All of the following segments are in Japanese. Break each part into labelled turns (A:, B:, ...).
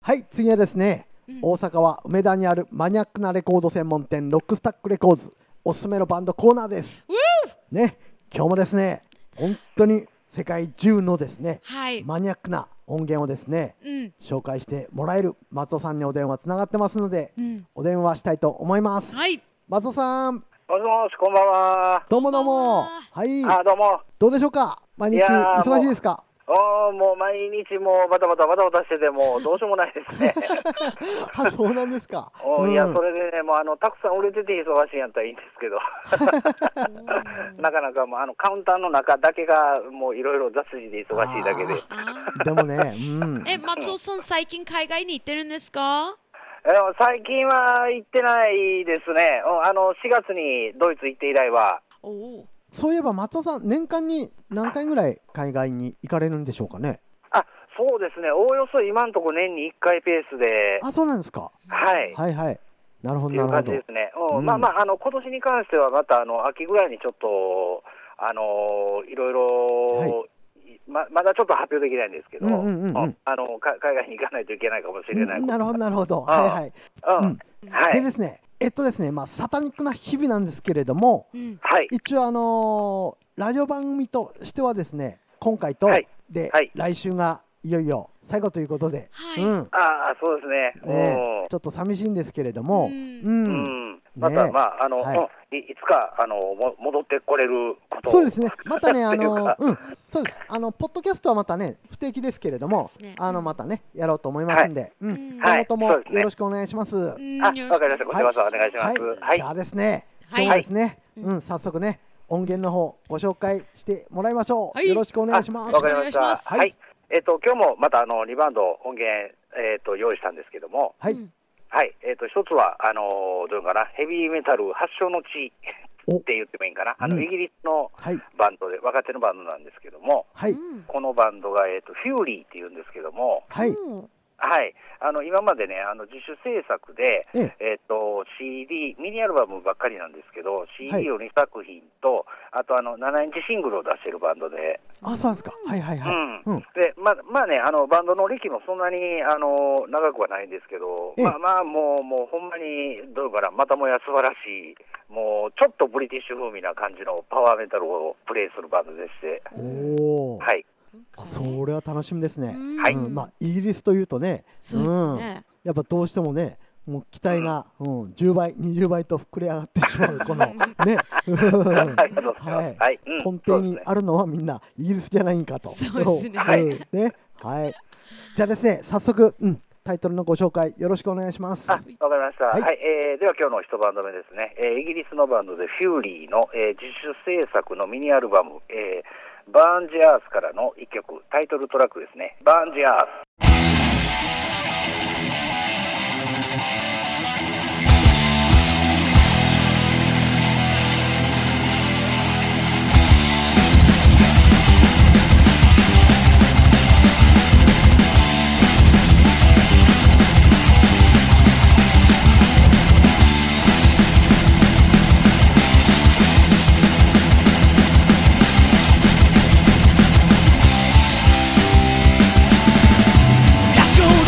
A: はい、次はですね、
B: うん
A: 大阪は梅田にあるマニアックなレコード専門店、ロックスタックレコーズ、おすすめのバンドコーナーです。
B: ウー
A: ね、今日もですね、本当に世界中のですね、
B: はい、
A: マニアックな音源をですね、
B: うん
A: 紹介してもらえる松尾さんにお電話つながってますので、
B: うん
A: お電話したいと思います。
B: はい
A: 松尾さん、
C: もしもし、こんばんは。
A: どうもどうも。
B: こ
A: はい、
C: あ、どうも。
A: どうでしょうか毎日
C: いやー
A: 忙しいですか
C: おーもう毎日もうバタバタバタバタしてて、もうどうしようもないですね。
A: あ、そうなんですか。
C: おーいや、
A: うん
C: それでね、もうあの、たくさん売れてて忙しいんやったらいいんですけど、なかなかもうあの、カウンターの中だけが、もういろいろ雑事で忙しいだけで。
B: あ
A: でもね、うん
B: ー。え松尾さん最近海外に行ってるんですか
C: えー最近は行ってないですね。うんあの、4月にドイツ行って以来は、
B: おお
A: そういえば松尾さん、年間に何回ぐらい海外に行かれるんでしょうかね。
C: あ、そうですね、おおよそ今んとこ年に1回ペースで、
A: あ、そうなんですか。
C: はい。
A: はいはい。なるほど、
C: ってい
A: な
C: う
A: るほ
C: 感じ
A: ど。
C: ですね。うん
A: うん
C: まあまあ、あの、今年に関してはまた、あの、秋ぐらいにちょっと、あのーいろいろ、ままだちょっと発表できないんですけど、
A: うんうんうんうん
C: うんあのか海外に行かないといけないかもしれない。
A: うんなるほど、なるほど。
C: ああ
A: はいはい。
C: うん
A: うん
C: は
A: で
C: い。
A: ですね、えっとですね、まあ、サタニックな日々なんですけれども、
B: うん
C: はい。
A: 一応、あのーラジオ番組としてはですね、今回と、
C: はい
A: で、
C: はい
A: 来週がいよいよ最後ということで、
B: はい
A: うん。
C: ああ、そうですね。
A: ね、ちょっと寂しいんですけれども、
B: う
A: うんん、
C: うん。うんまた、
A: ね
C: まあ、あの、
A: はい
C: うんいいつか、あの、も戻ってこれる ことを
A: そうですね、またね、
C: っ
A: あ
C: ていう
A: の
C: か
A: うん、そうですあの、ポッドキャストはまたね、不定期ですけれども
B: そうですね、
A: あのまたね、やろうと思いますんで、うん
B: うん
A: 今後とも
C: はいそうですね
A: よろしくお願いします。は
B: う
A: い、
B: ん
C: あ、
B: よろしく
C: わかりました。こちらこそお願いします。はい。
A: じゃあですね、
B: はい
A: 今日ですね、
B: うん
A: うん、早速ね、音源の方、ご紹介してもらいましょう。
B: はい
A: よろしくお願いします
C: あわ。かりま
B: お願
C: し
B: い
C: た
B: し。
A: ます
C: は
A: はい
C: い。えっと、今日もまた、あの、リバウンド音源、えっと、用意したんですけども、
A: はい、
B: うん
C: はい。えっと、一つは、あの、どういうのかな、ヘビーメタル発祥の地
A: お
C: って言ってもいいんかな。あ
A: う
C: の、
A: ん
C: イギリスの
A: はい、
C: バンドで、若手のバンドなんですけども、
A: はい、
B: うん
C: このバンドが、えっと、フューリーって言うんですけども、
A: はい、
B: うん
C: はい。あの、今までね、あの、自主制作で、
A: ええ
C: えっと、CD、ミニアルバムばっかりなんですけど、
A: はい
C: CD を2作品と、あと、あの、7インチシングルを出してるバンドで、
A: あ、そうなんですか。はい、はい、はい。
C: う
A: うんん、
C: でまあまあね、あのバンドの歴もそんなにあの長くはないんですけど、
A: ええ
C: まあまあ、もう、もうほんまに、どうから、またもや素晴らしい、もうちょっとブリティッシュ風味な感じのパワーメタルをプレイするバンドでして、
A: おお、
C: はい、
A: あそれは楽しみですね。
C: はい
A: うん、まあ、イギリスというとね、
B: そうですね
A: やっぱどうしてもね、もう期待が、うん10倍、20倍と膨れ上がってしまう、この、ね、うん
C: ありがとうございます。
A: は
C: はいい、うん
A: 根底
C: そうです
A: に
C: ね
A: あるのはみんなイギリスじゃないんかと。
B: そうですね
A: んねはい。じゃあですね、早速、うん、タイトルのご紹介、よろしくお願いします。
C: あ、わかりました。
A: は
C: はいい、えーでは今日の一バンド目ですね。えーイギリスのバンドでフューリーの、えー自主制作のミニアルバム、えーバーンジアースからの一曲、タイトルトラックですね。バーンジアース。
D: 「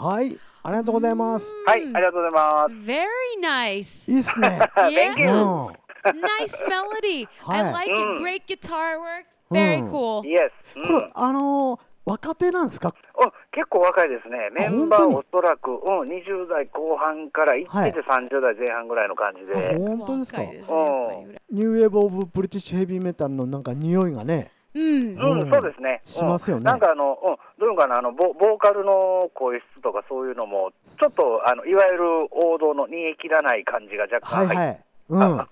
A: はい、ありがとうございます。
C: はい、ありがとうございます。
B: Very nice.
A: いいっすね。
C: Thank
A: う
C: you.
A: ん。
B: Nice melody. I
A: はい
B: like
C: う
B: it.
C: ん
B: Great guitar work.
A: うん
B: Very cool.
C: Yes. う
A: これ
C: ん、
A: あのー若手なんですか。
C: お結構若いですね。メンバ
A: あ
C: ー
A: 本
C: おそらく、うん、20代後半から行ってて30代前半ぐらいの感じで。
A: あ
B: 若い
A: 本当ですか。
B: ですねやっぱり
A: ニューウェーブオブブリティッシュヘビーメタルのなんか匂いがね。
B: うん。
C: うん、
A: うん
C: そうですね。
A: しますよね
C: うんなんかあの、うん、どういうのかな、あの、ボボーカルの声質とかそういうのも、ちょっと、あの、いわゆる王道の煮え切らない感じが若
A: はい
C: 干入って、
A: はい。うん。
C: あ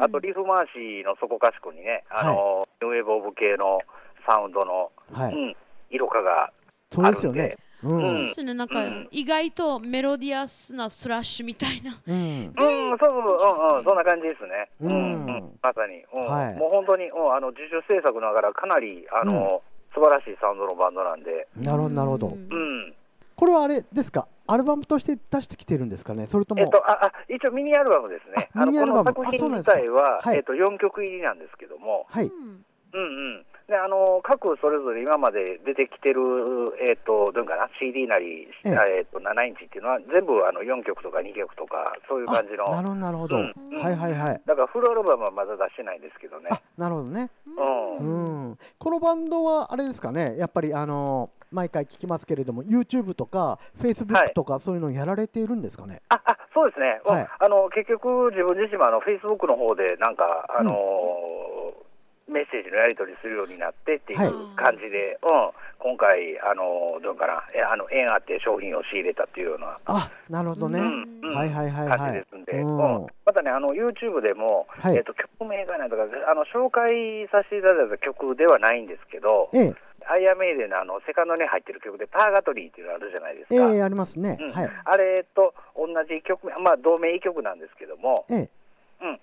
C: あとリフ回しのそこかしこにね、あの、ニューウェーブオブ系のサウンドの、
A: は
C: う
A: い。
C: ん、色化が、
A: そうですよね。う
C: うんん
B: そうですね、なんか
C: うん
B: 意外とメロディアスなスラッシュみたいな。
A: うん。
C: うん、そうそうそう、うん、うん、そんな感じですね。
A: う
C: うんん、うんまさに、うん、
A: はい
C: もう本当に、うん、あの、自主制作ながら、かなり、あの、素晴らしいサウンドのバンドなんで、
A: なるほどなるほど。
C: うん。
A: これはあれですか。アルバムとして出してきてるんですかね。それと
C: えっ
A: も
C: と、ああ一応ミニアルバムですね。
A: あ
C: あの
A: ミニアル
C: こ
A: バム
C: の作
A: あそう
C: 品
A: なん
C: 自
A: ですか
C: 体は、
A: はい
C: えっと、4曲入りなんですけども、
A: はい。
C: うんうんであの各それぞれ今まで出てきてる、えっとどういうのかな CD なり、
A: え
C: え
A: え
C: っと7インチっていうのは全部あの4曲とか2曲とかそういう
A: あ
C: 感じの
A: なるほどなるほど。
C: う
A: はい
C: んうん
A: はいはい。
C: だからフルアルバムはまだ出してないんですけどね
A: あ、なるほどね。
C: うん
A: うん、このバンドはあれですかね、やっぱりあの毎回聞きますけれども、YouTube とか Facebook とか、そういうのやられているんですかね。
C: ああそうですね、うん
A: はい
C: あの結局自分自身もあの Facebook の方でなんかあのーメッセージのやり取りするようになってっていう
A: はい
C: 感じで、うん、今回、あのーどうかな、えあの縁あって商品を仕入れたっていうような、
A: あなるほどね、
C: うんうん
A: はいはいはい
C: 感
A: は
C: じ
A: い
C: ですんで、
A: う
C: う
A: ん
C: んまたね、あの YouTube でも、
A: はい
C: えっと曲名がないとかあの、紹介させていただいた曲ではないんですけど、
A: ええ
C: アイアンメイデンのあのセカンドに入ってる曲で、パーガトリーっていうのあるじゃないです
A: え
C: か。
A: えありますね、
C: うん
A: はい
C: あれと同じ曲名、まあ、同名異曲なんですけども、
A: ええ
C: うん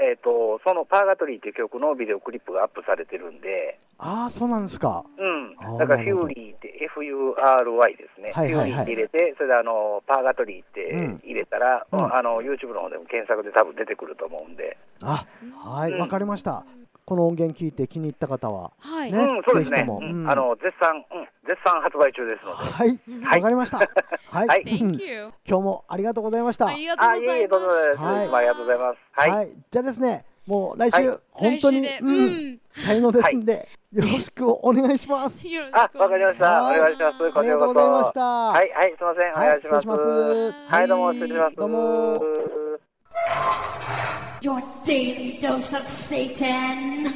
C: えー、とその「パーガトリー」という曲のビデオクリップがアップされてるんで、
A: ああそうなんですか
C: うん
A: あー、
C: だか
A: な
C: ら「
A: る
C: フ
A: ほど
C: ューリー」って FURY ですね、
A: はいはいはい
C: フューリーって入れてそれであの「パーガトリー」っ
A: うん
C: て入れたら、
A: うん
C: うんあの YouTube の方でも検索で多分出てくると思うんで、
A: あはい
C: うん
A: わ、かりましたこの音源聞いて気に入った方は
B: はい。
A: ね
C: うん、そうです
A: ぜひ
C: ね
A: と、も
C: う
A: うんん
C: あの絶賛、うん、絶賛発売中ですので。
A: はいわ、
C: はい
A: かりま したはい、
C: はい
A: うん
B: Thank you.
A: 今日もありがとうございました
B: ありがとうござ
C: あ、
B: い
C: い
B: ます。
C: えいえ、どうもです。
A: はい
C: いつもありがとうございます。はい。
A: はいじゃあですねもう来週、
C: はい
A: 本当に、
B: 来週で
A: う
B: うんん。
A: 才能ですんで、よろしくお願いします
B: よろしくお願いし
C: あ
B: ま、す
C: わかりました。お
A: はい
C: 願いしま
A: あ
C: す。こ
A: り
C: ち
A: がと
C: ら
A: うご
C: こそ。
A: ざいました。
C: はい、はい、すみません。お願いし
A: はい失礼
C: ます。
A: します
C: はい、どうも、失礼します。
A: どうも。
D: Your daily dose of Satan.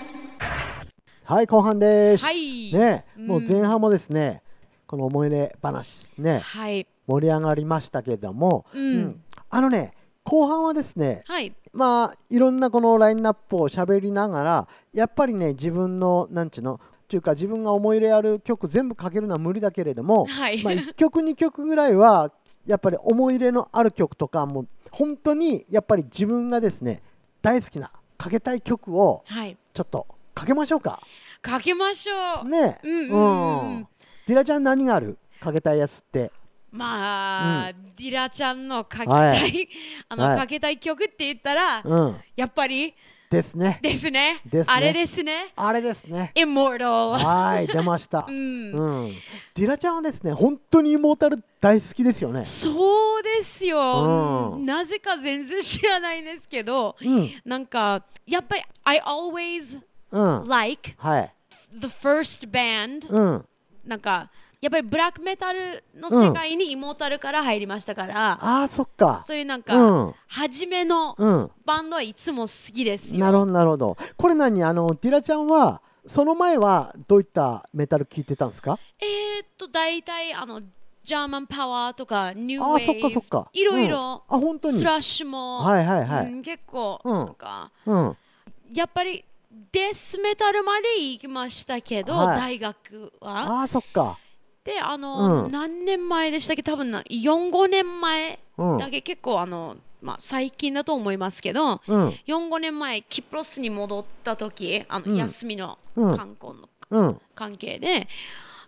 A: はい、後半です。
B: はい。
A: ね、
B: うん
A: もう前半もですね、この思い出話ね、
B: はい。
A: 盛り上がりましたけれども、
B: う。
A: うんあのね、後半はですね、
B: はい。
A: まあいろんなこのラインナップを喋りながら、やっぱりね自分のなんちゅうの。っていうか自分が思い入れある曲全部かけるのは無理だけれども、
B: はい
A: まあ、1曲2曲ぐらいはやっぱり思い入れのある曲とかもう本当にやっぱり自分がですね大好きなかけたい曲を
B: はい。
A: ちょっとかけましょうか
B: かけましょう。
A: ねえ
B: うんうんうんうん
A: ディラちゃん何があるかけたいやつって
B: まあ、ディラちゃんのかけ
A: は
B: た
A: い
B: い、 あの、
A: はい
B: かけたい曲って言ったら、
A: うん
B: やっぱり、
A: ですね
B: ですね。
A: ですね
B: あれですね。
A: あれですね
B: Immortal。
A: はい出ました
B: う
A: うん
B: ん。
A: ディラちゃんはですね本当にイモータル大好きですよね
B: そうですよ、
A: うん
B: なぜか全然知らないんですけど、
A: うん
B: なんかやっぱり I always
A: うん
B: like
A: はい
B: the first band、
A: うん
B: なんかやっぱりブラックメタルの世界にイモータルから入りましたから、
A: あーそっか
B: そういうなんか、
A: うん
B: 初めの
A: うん
B: バンドはいつも好きですよ。
A: なるほどなるほどこれ何あのディラちゃんはその前はどういったメタル聞いてたんですか
B: えー、っと大体あのジャーマンパワーとかニュー
A: あ
B: ウ
A: あ
B: ェ
A: そっか
B: イ
A: そっか
B: いろいろ、
A: うんあ本当に
B: スラッシュも、
A: はいはいはい
B: うん結構、
A: うん
B: なんか
A: うん
B: やっぱりデスメタルまで行きましたけど、
A: はい
B: 大学は。
A: ああそっか
B: で、あの、
A: うん
B: 何年前でしたっけ、多分な4、5年前
A: うん
B: だけ、結構あの、まあ、最近だと思いますけど、
A: うん
B: 4、5年前、キプロスに戻った時あの、
A: うん
B: 休みの
A: うん
B: 観光の
A: うん
B: 関係で、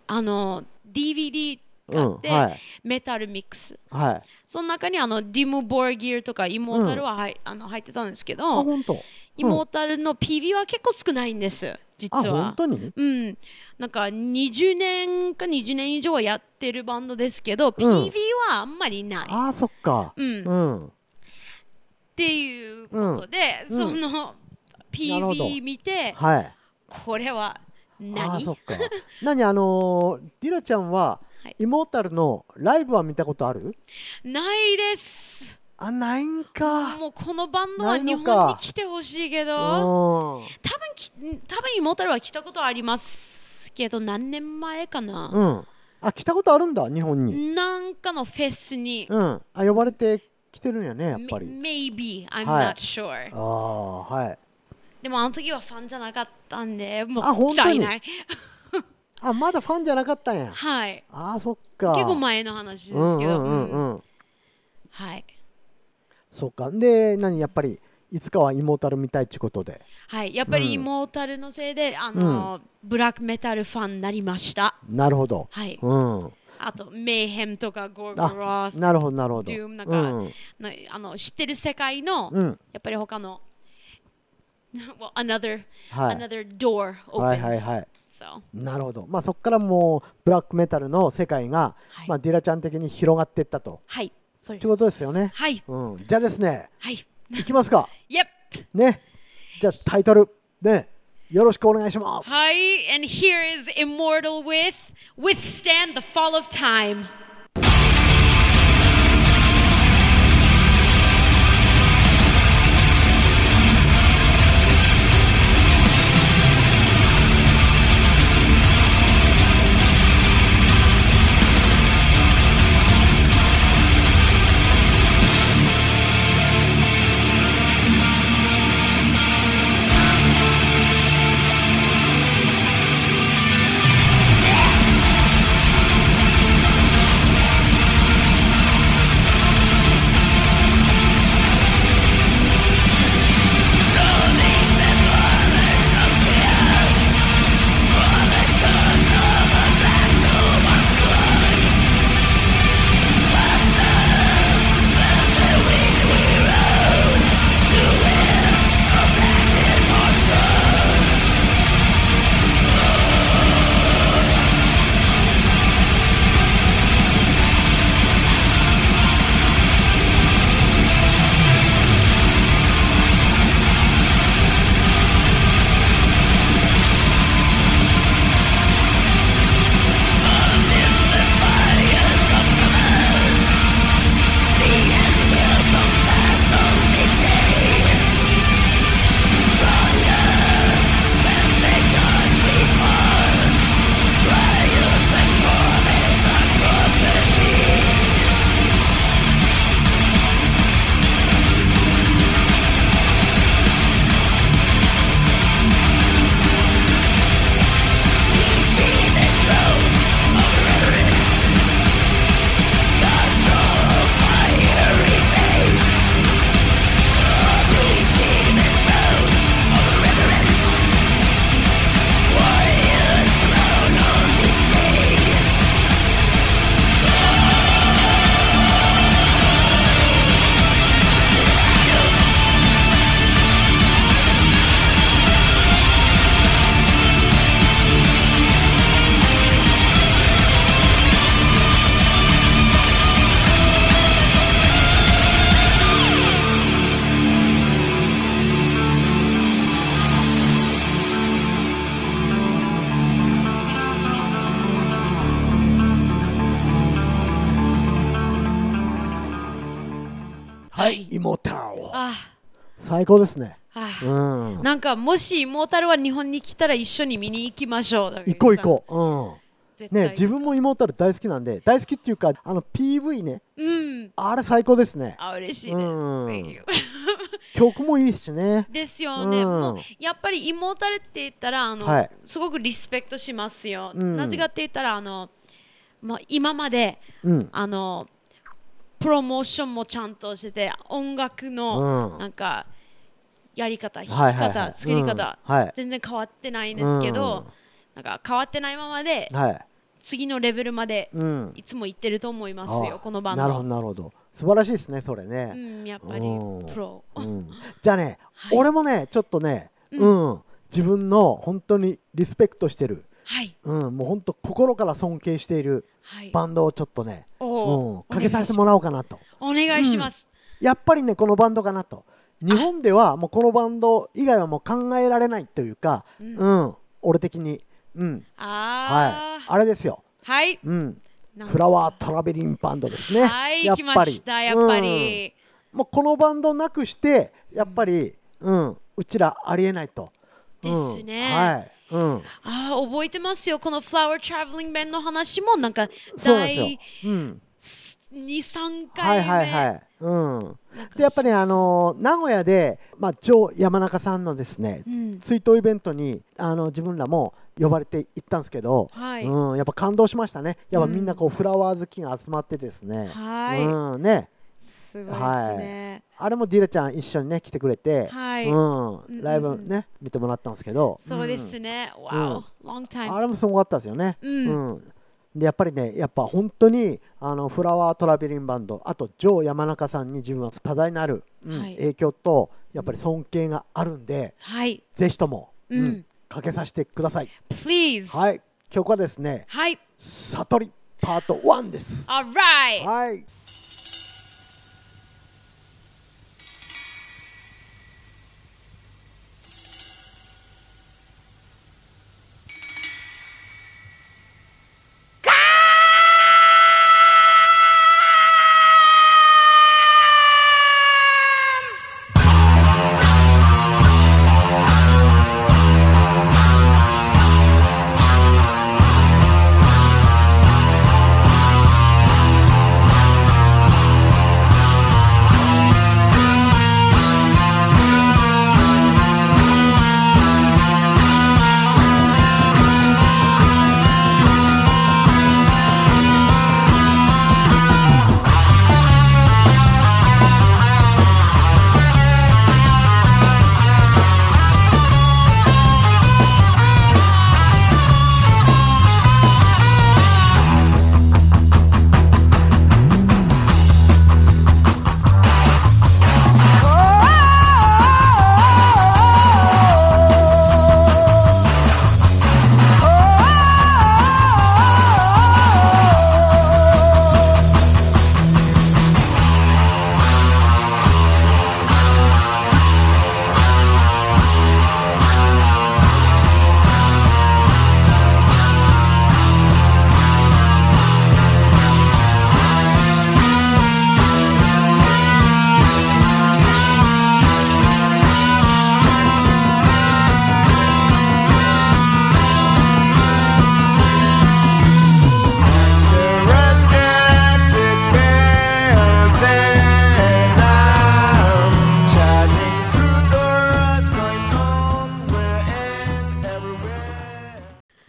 B: あの、DVD
A: う
B: があ
A: ん
B: って、
A: はい
B: メタルミックス。
A: はい
B: その中にあの、ディム・ボーギルとか、イモータルは、はいあの入ってたんですけ
A: あ
B: ど、
A: 本当
B: イモータルの PV は結構少ないんです、実
A: あ、
B: は
A: 本。当に
B: うん、なんか20年か20年以上はやってるバンドですけど、PV はあんまりない。
A: ああ、そっか。
B: うん
A: う
B: っ
A: ん。
B: ていうことで、
A: うんうん
B: その
A: なるほど
B: PV 見て、
A: はい。
B: これは
A: ああ、
B: 何
A: そっか。何あのー、ディラちゃんは、
B: はい
A: イモータルのライブは見たことある
B: ないです。
A: あ、ないんか。
B: もうこのバンドは
A: ない
B: 日
A: のか
B: 本に来てほしいけ
A: う
B: ど、
A: ん。うん。
B: 多分き多分イモータルは来たことありますけど、何年前かな、
A: あ、来たことあるんだ、日本に。
B: なんかのフェスに、
A: うん。あ、呼ばれて来てるんやね、やっぱり。
B: Maybe, I'm
A: はい
B: not sure.
A: ああ、はい。
B: でもあの時はファンじゃなかったんで、も
A: あ
B: う
A: 本当に
B: い ない。
A: あ、まだファンじゃなかったんや。
B: はい。
A: ああ、そっか。
B: 結構前の話ですけ
A: う
B: ど。
A: んうんうん
B: うん
A: うん。
B: はい。
A: そっか。で、何やっぱり、いつかはイモータル見たいってことで。
B: はい。やっぱりイモータルのせいで、あの、ブラックメタルファンになりました。
A: なるほど。
B: はい。
A: うん。
B: あと、メイヘムとかゴーゴ
A: あ
B: ロ、ス
A: なるほど、なるほど。
B: Doom なん
A: う
B: か
A: ん。
B: の、あの、知ってる世界の、
A: うん。
B: やっぱり他の、well, another,
A: はい。
B: another door
A: はいはい
B: opens.
A: はい。
B: So,
A: なるほど。まあそこからもう、ブラックメタルの世界が、
B: はい
A: まあディラちゃん的に広がっていったと。
B: はい。そ
A: っ
B: う
A: て
B: です。
A: ことですよね。
B: はい。
A: うん。じゃあですね、
B: はい。
A: いきますか。
B: Yep.
A: ね。じゃあタイトル、ね。よろしくお願いします。
B: Hi, and here is Immortal with Withstand the Fall of Time. はい。
A: イモータル。
B: あ
A: 最高ですね。
B: あ
A: う
B: あ
A: ん。
B: なんかもしイモータルは日本に来たら一緒に見に行きましょう。
A: 行こう行こ
B: う
A: う。うん。ね、自分もイモータル大好きなんで、大好きっていうか、あの PV ね、
B: うん。
A: あれ最高ですね。
B: あ、嬉しいです。
A: うん
B: Thank you.
A: 曲もいいしね。
B: ですよね、
A: うん
B: もうやっぱりイモータルって言ったらあの、
A: はい
B: すごくリスペクトしますよ、
A: うん
B: なぜかって言ったらあの、まあ、今まで
A: うん。
B: あのプロモーションもちゃんとしてて音楽
A: う
B: の
A: ん
B: なんかやり方、
A: はい
B: 弾
A: はい
B: き
A: はい
B: 方、作り方、
A: うんはい
B: 全然変わってないんですけど、なんか変わってないままで
A: はい。
B: 次のレベルまで
A: うん。
B: いつも行ってると思いますよ、
A: あ
B: このバンド。
A: なるほど、なるほど。素晴らしいですね、それ
B: う
A: ね。
B: ん、やっぱり
A: うん
B: プロ。
A: うんじゃあね、
B: はい
A: 俺もね、ちょっとね、
B: う
A: うん、自分の本当にリスペクトしてる、
B: はい、
A: うん、もう本当心から尊敬している
B: はい。
A: バンドをちょっとね、うん
B: お、ー
A: かけさせてもらおうかなと。
B: お願いします。
A: やっぱりね、このバンドかなと。日本ではもうこのバンド以外はもう考えられないというか、
B: う
A: うんん、俺的に。うん、は
B: あ
A: い。
B: ー
A: あれですよ。
B: はい。
A: うん、
B: なんか
A: フラワートラベリンバンドですね。
B: はい、
A: やっ
B: 来ま
A: ぱり。
B: した、やっぱ
A: うん
B: り。
A: もうこのバンドなくして、やっぱり、うん、うちらありえないと。うん
B: ですね
A: はい。うん。
B: ああ、覚えてますよ。この Flower Traveling Band の話も、なんか、
A: そうなんですよ
B: 第。
A: うん。
B: 2、3
A: は
B: 回
A: い
B: 目。
A: はいはい。うん。で、やっぱりあのー名古屋で、まあ、ジョー山中さんのですね
B: う、ん。
A: 追悼イベントに、あの、自分らも呼ばれて行ったんですけど、
B: はい。
A: うん、やっぱ感動しましたね。やっぱ
B: うん
A: みんなこう、フラワー好きが集まってですね。
B: はい
A: うん、ね。
B: すごいですね。
A: あれもディレちゃん一緒にね、来てくれて、
B: はい
A: うん、
B: ん
A: ライブね、見てもらったんですけど。
B: そうですね。Wow, long
A: あ
B: time.
A: れもすごかったですよね。
B: う
A: う
B: ん
A: んでやっぱりね、やっぱ本当にあのフラワートラベリンバンド、あとジョー山中さんに自分は多大なる、うん
B: はい
A: 影響と、やっぱり尊敬があるんで、
B: はい。
A: ぜひとも、
B: うん
A: かけさせてください。
B: Please.
A: はい、曲はですね、
B: はい。
A: 悟りパート1です。
B: Alright.
A: はい。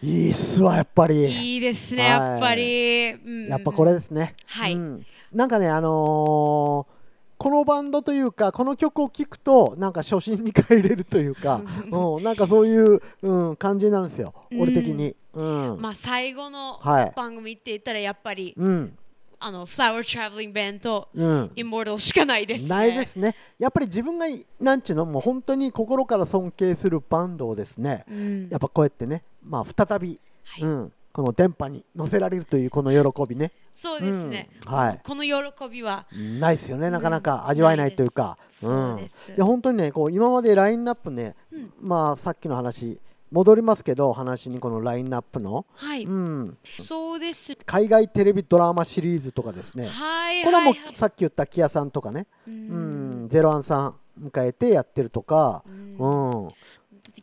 A: いいっすわ、やっぱり。
B: いいですね、
A: はい
B: やっぱり。うん
A: やっぱこれですね。
B: はい
A: うんなんかね、あのーこのバンドというか、この曲を聴くと、なんか初心に帰れるという か、うん、なんかそういう、うん、感じになるんですよ、
B: うん
A: 俺的に。うん。
B: まあ最後の
A: はい
B: 番組って言ったらやっぱり、
A: うん。
B: あの、Flower Traveling Band と
A: うん。
B: Immortal しかないですね。
A: ないですね。やっぱり自分が、なんちゅうの、もう本当に心から尊敬するバンドをですね、
B: うん
A: やっぱこうやってね、まあ再び、
B: はい
A: うん、この電波に乗せられるというこの喜びね。
B: そうですね。
A: うんはい
B: この喜びは、
A: ないですよね、なかな
B: う
A: か
B: ん
A: 味わえないというか、う
B: そうんで、す
A: いや本当にね、こう今までラインナップね、
B: うん
A: まあさっきの話、戻りますけど、話にこのラインナップの、
B: はい、
A: うん、
B: そうです。
A: 海外テレビドラマシリーズとかですね、
B: はい、
A: これはもう
B: いい
A: さっき言った木屋さんとかね、
B: う
A: うん
B: ん、
A: ゼロワンさん迎えてやってるとか、う
B: うん
A: ん、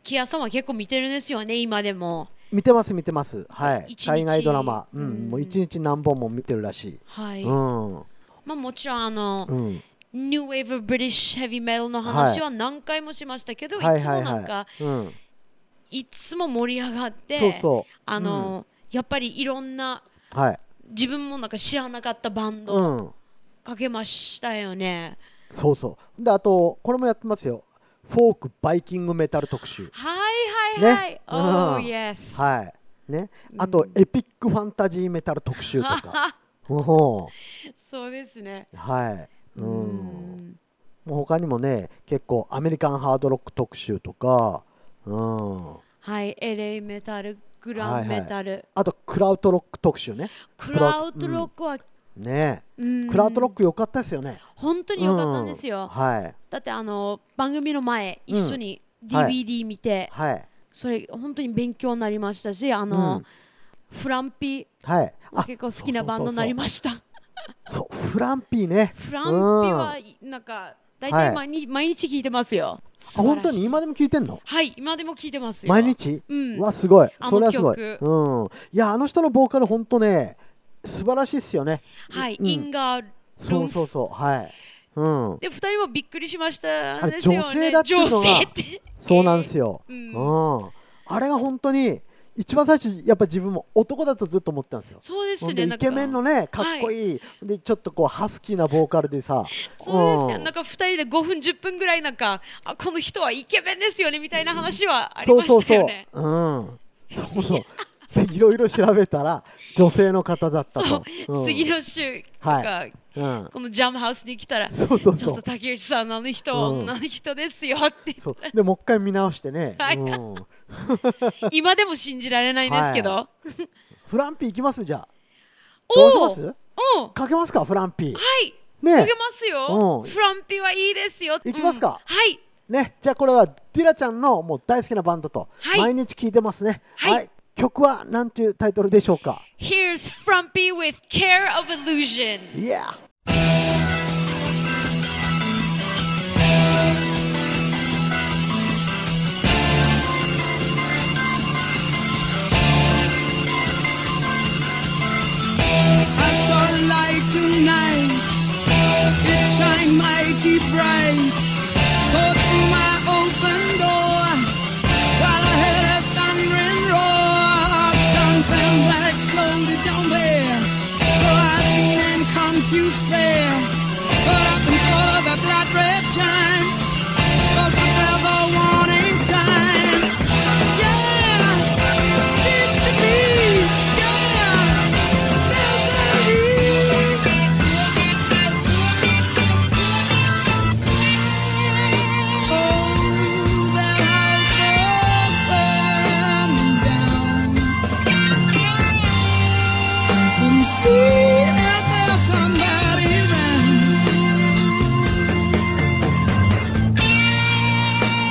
B: キアさんは結構見てるんですよね、今でも。
A: 見てます、見てます、はい、
B: 一日
A: 海外ドラマ、う、
B: うんん
A: もう一日何本も見てるらし、
B: はいい。
A: うん、う
B: まあもちろん、あの、
A: ん、
B: ニューウェーブ・ブリッシュ・ヘビーメルの話は何回もしましたけど、い、つもなんか、
A: い、うん、
B: いつも盛り上がって、
A: そうそう、
B: あの、やっぱりいろんな、
A: はい、
B: 自分もなんか知らなかったバンド
A: うん。
B: かけましたよね。
A: そうそう。で、あと、これもやってますよ。フォークバイキングメタル特集。
B: はいはいはい。
A: ね
B: oh,
A: うん
B: yes.
A: はい。ね。あ
B: う
A: と、
B: ん
A: エピックファンタジーメタル特集とか。おほ
B: そうですね。
A: はい。う。
B: うんん
A: もう他にもね、結構アメリカンハードロック特集とか、うん。
B: はい、LA メタル、グランメタル、
A: あと、クラウトロック特集ね。
B: クラウトロックは、
A: ね
B: うん
A: え。クラウトロック良かったですよね。
B: 本当に良かったんです
A: うん
B: よ。
A: はい。
B: だってあの番組の前一緒に
A: うんはい
B: DVD 見て、
A: はい。
B: それ本当に勉強になりましたし、あの、フランピ
A: はい。
B: も
A: あ、
B: 結構好きなバンドになりました。
A: そう、フランピーね。
B: フランピはなんか大体毎日、毎日聞いてますよ。
A: あ、
B: 素晴らしい
A: 本当に今でも聞いてんの
B: はい、今でも聞いてますよ。
A: 毎日
B: うん。
A: わ、すごい。
B: あの
A: それはすごい。
B: 曲
A: うん。いや、あの人のボーカル、本当ね、素晴らしいっすよね。
B: はい、
A: うん
B: インガー。
A: そうそうそう。はい。うん。
B: で、二人もびっくりしました
A: あ
B: で
A: れ
B: すよね。
A: 女性だっていうのが
B: 女性って。
A: そうなんですよ。
B: う
A: うんん。あれが本当に、一番最初、やっぱ自分も男だとずっと思ってたんですよ。
B: そうです
A: ほん
B: ね。
A: でイ
B: なんか
A: ケメンのね、かっこいい、でちょっとこうハスキーなボーカルでさ、
B: そうです
A: う
B: ね。
A: ん
B: なんか二人で5分、10分ぐらいなんか、あ、この人はイケメンですよね、みたいな話はあり
A: そ
B: ま
A: うそう
B: した
A: そう、
B: よ
A: うん
B: ね。、
A: そうそう、でいろいろ調べたら、女性の方だったと、うん
B: 次の週、なんか、
A: うん、
B: このジャムハウスに来たら、
A: そうそう
B: ちょ
A: そ
B: っと
A: う、
B: 竹内さんのあの人は
A: うん
B: 女の人ですよって、
A: そうでもう一回見直してね、
B: はい
A: うん、
B: 今でも信じられないんですけど。
A: フランピー行きますじゃあ、どうし
B: お
A: ま
B: ー
A: す
B: おー
A: かけますか、フランピー。
B: はい
A: ね
B: 受けますよ
A: うん
B: フランピはいいですよ
A: いきますか
B: うんはい
A: ね、じゃあこれはディラちゃんのもう大好きなバンドと、
B: はい
A: 毎日聴いてますね、
B: はい
A: 曲はなんていうタイトルでしょうか。
B: Here's Frumpy with Care of Illusion
A: いや
E: I saw a light tonight. It shined mighty bright. Saw through my open door. While I heard a thundering roar of something that exploded down there. For I'd been in confused fear. But up and full of a blood red shine. 'Cause I felt the warning sign. Yeah, seems to be. Yeah. Misery. Oh, that house was burning down. Couldn't see that there's somebody round.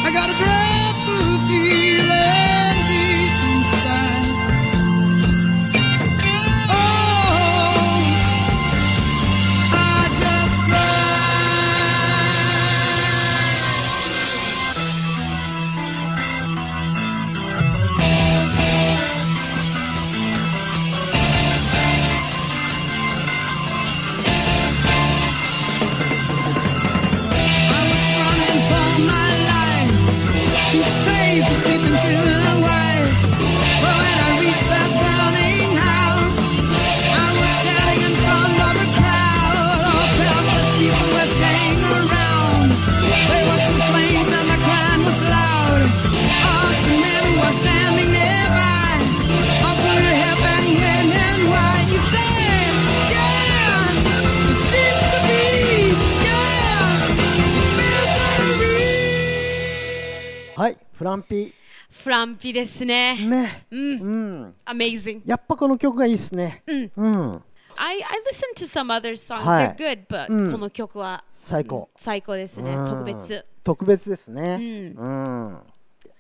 E: I got a dreadful feeling deep inside. Oh, I just cried. I was running for my life to save the sleeping children and wife. But when I reached that burning house, I was standing in front of a crowd of helpless people were staying around. They watched the flames and the crying was loud. I asked the man who was standing nearby, "How could it happen when and why?" He said, "Yeah, it seems to be, yeah." Misery.
A: はい、フランピ
B: フランピです
A: ー。
B: ね
A: ね。
B: うん
A: うん。
B: Amazing
A: やっぱこの曲がいいっすね。
B: うん
A: うん。
B: I, I listen to some other songs
A: はい
B: they're good but
A: うん
B: この曲は
A: 最高
B: うん最高ですね
A: うん
B: 特別。
A: 特別ですね。。
B: うん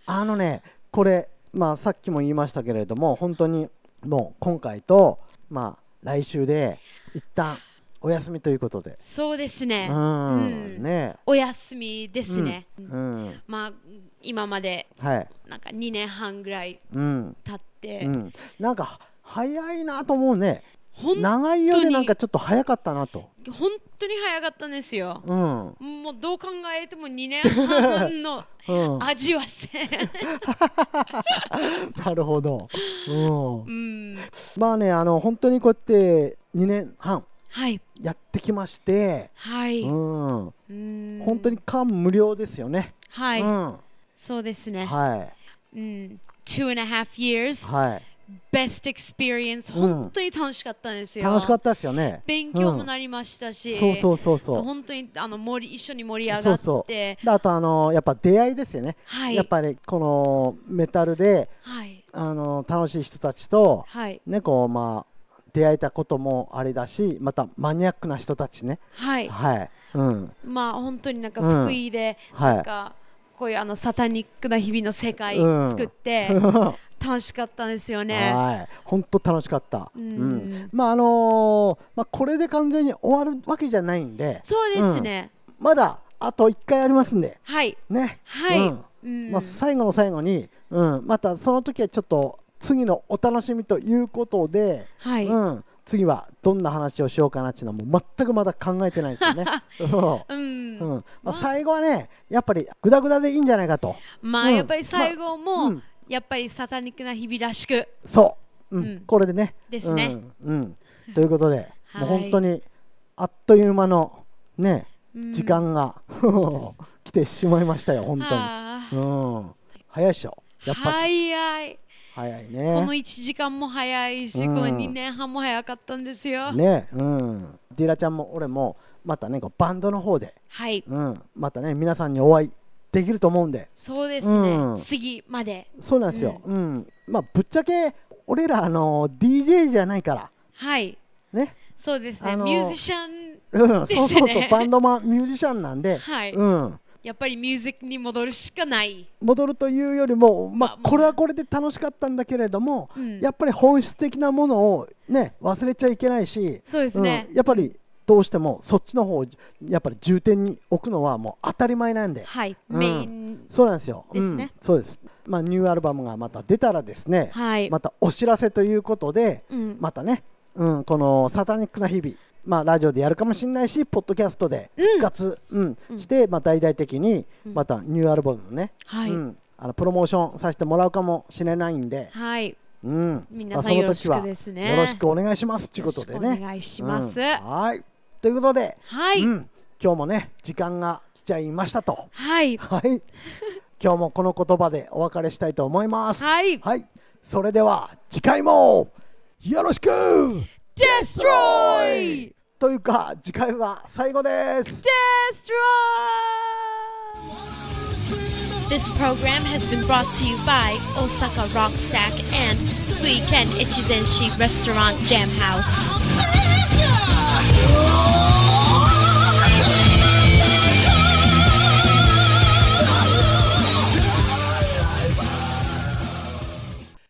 A: あのね、これ、まあさっきも言いましたけれども、本当にもう今回と、まあ来週で、一旦お休みということで。
B: そうですね
A: うん。ね
B: お休みですね
A: うん。
B: まあ今まで
A: はい。
B: なんか2年半ぐらい
A: うん。
B: 経って、
A: うん。なんか、早いなと思うね。
B: ほん
A: 長いようでなんかちょっと早かったなと。
B: 本当に早かったんですよ、
A: うん。うん。
B: もうどう考えても2年 半の味は
A: なるほど。うん
B: せん、う。ん、
A: まあね、あの本当にこうやって2年半
B: はい
A: やってきまして、
B: はい、
A: うん、本
B: うん
A: 当に感無量ですよね。
B: はい、
A: うん、は
B: そうです
A: い、
B: ね、
A: はい、
B: うん、two and a half years best experience、
A: うん
B: 本当に楽しかったんですよ。
A: 楽しかったですよね。
B: 勉強もなりましたし、
A: そうそうそうそう。
B: 本当にあの盛り一緒に盛り上が
A: そう
B: って、
A: そう。であとあのやっぱ出会いですよね。
B: はい
A: やっぱりこのメタルで
B: はい、
A: あの楽しい人たちと
B: はい、
A: ねこうまあ出会えたこともあれだし、またマニアックな人たちね。
B: はい、
A: はい。うん。
B: まあ本当になんか
A: うん
B: 福井で、
A: はい
B: なんかこういうあのサタニックな日々の世界
A: うん
B: 作って、楽しかったんですよね。
A: はい、本当楽しかった。
B: うん
A: まああのーまあこれで完全に終わるわけじゃないんで、
B: そうですね。
A: まだあと一回ありますんで、
B: はい、
A: ね。
B: はい、
A: うん
B: うん
A: まあ最後の最後に、うん、またその時はちょっと次のお楽しみということで、
B: はい、
A: うん、次はどんな話をしようかなっていうのはもう全くまだ考えてないです よね。うん
B: うん
A: うんま
B: ま
A: あ、
B: あ
A: 最後はね、やっぱりグダグダでいいんじゃないかと。う
B: まあ
A: ん
B: やっぱり最後
A: まあう
B: も
A: ん
B: やっぱりサタニックな日々らしく、
A: そう、うん
B: うん
A: これでね。
B: ですね
A: うんうんということで、
B: はい
A: もう本当にあっという間の、ね、
B: うん
A: 時間が、 来てしまいましたよ、本
B: は
A: 当に。うん、早いでしょ、やっぱし、
B: 早い。
A: 早い
B: この
A: ね。
B: 1時間も早いし、
A: うん
B: この2年半も早かったんですよ。
A: ね、うん、ディラちゃんも俺も、またね、こうバンドの方で、
B: はい、
A: うん、またね、皆さんにお会いできると思うんで、
B: そうですね、
A: うん
B: 次まで。
A: そうなんですよ、うんまあ、ぶっちゃけ、俺ら、あの DJ じゃないから、
B: はい、
A: ね、
B: そうですね、
A: あのー
B: ミュージシャン、
A: うん、そう
B: ですね
A: そうそう、バンドマン、ミュージシャンなんで、
B: はい
A: うん、
B: やっぱりミュージックに戻るしかない。
A: 戻るというよりも、まあ
B: まあ、まあ
A: これはこれで楽しかったんだけれども、
B: うん
A: やっぱり本質的なものを、ね、忘れちゃいけないし、
B: そうですね
A: んやっぱりどうしてもそっちの方をやっぱり重点に置くのはもう当たり前なんで、
B: はい、
A: うん
B: メイン、
A: そうなんですよ、
B: ですね
A: うん、そうです、まあ、ニューアルバムがまた出たらですね、
B: はい
A: またお知らせということで、
B: うん
A: またね、うん、このサタニックな日々、まあ、ラジオでやるかもしれないし、ポッドキャストで復活、うん
B: うん
A: して、まあ、大々的に
B: うん
A: またニューアルバムのね、
B: はい
A: うん、あのプロモーションさせてもらうかもしれないんで、
B: はい、
A: うん、
B: 皆さん
A: まあその時は
B: よろしくですね
A: よろしくお願いしますということで
B: よろ
A: ね。
B: しくお願いします
A: うんはいということで、
B: はい、
A: うん、今日もね、時間が来ちゃいましたと。
B: はい、
A: はい。今日もこの言葉でお別れしたいと思います。
B: はい、
A: はい。それでは次回もよろしく
B: Destroy!
A: というか、次回は最後です。
B: Destroy!
F: This program has been brought to you by Osaka Rock Stack and Weekend Ichizenshi Restaurant Jam House.
E: Yeah.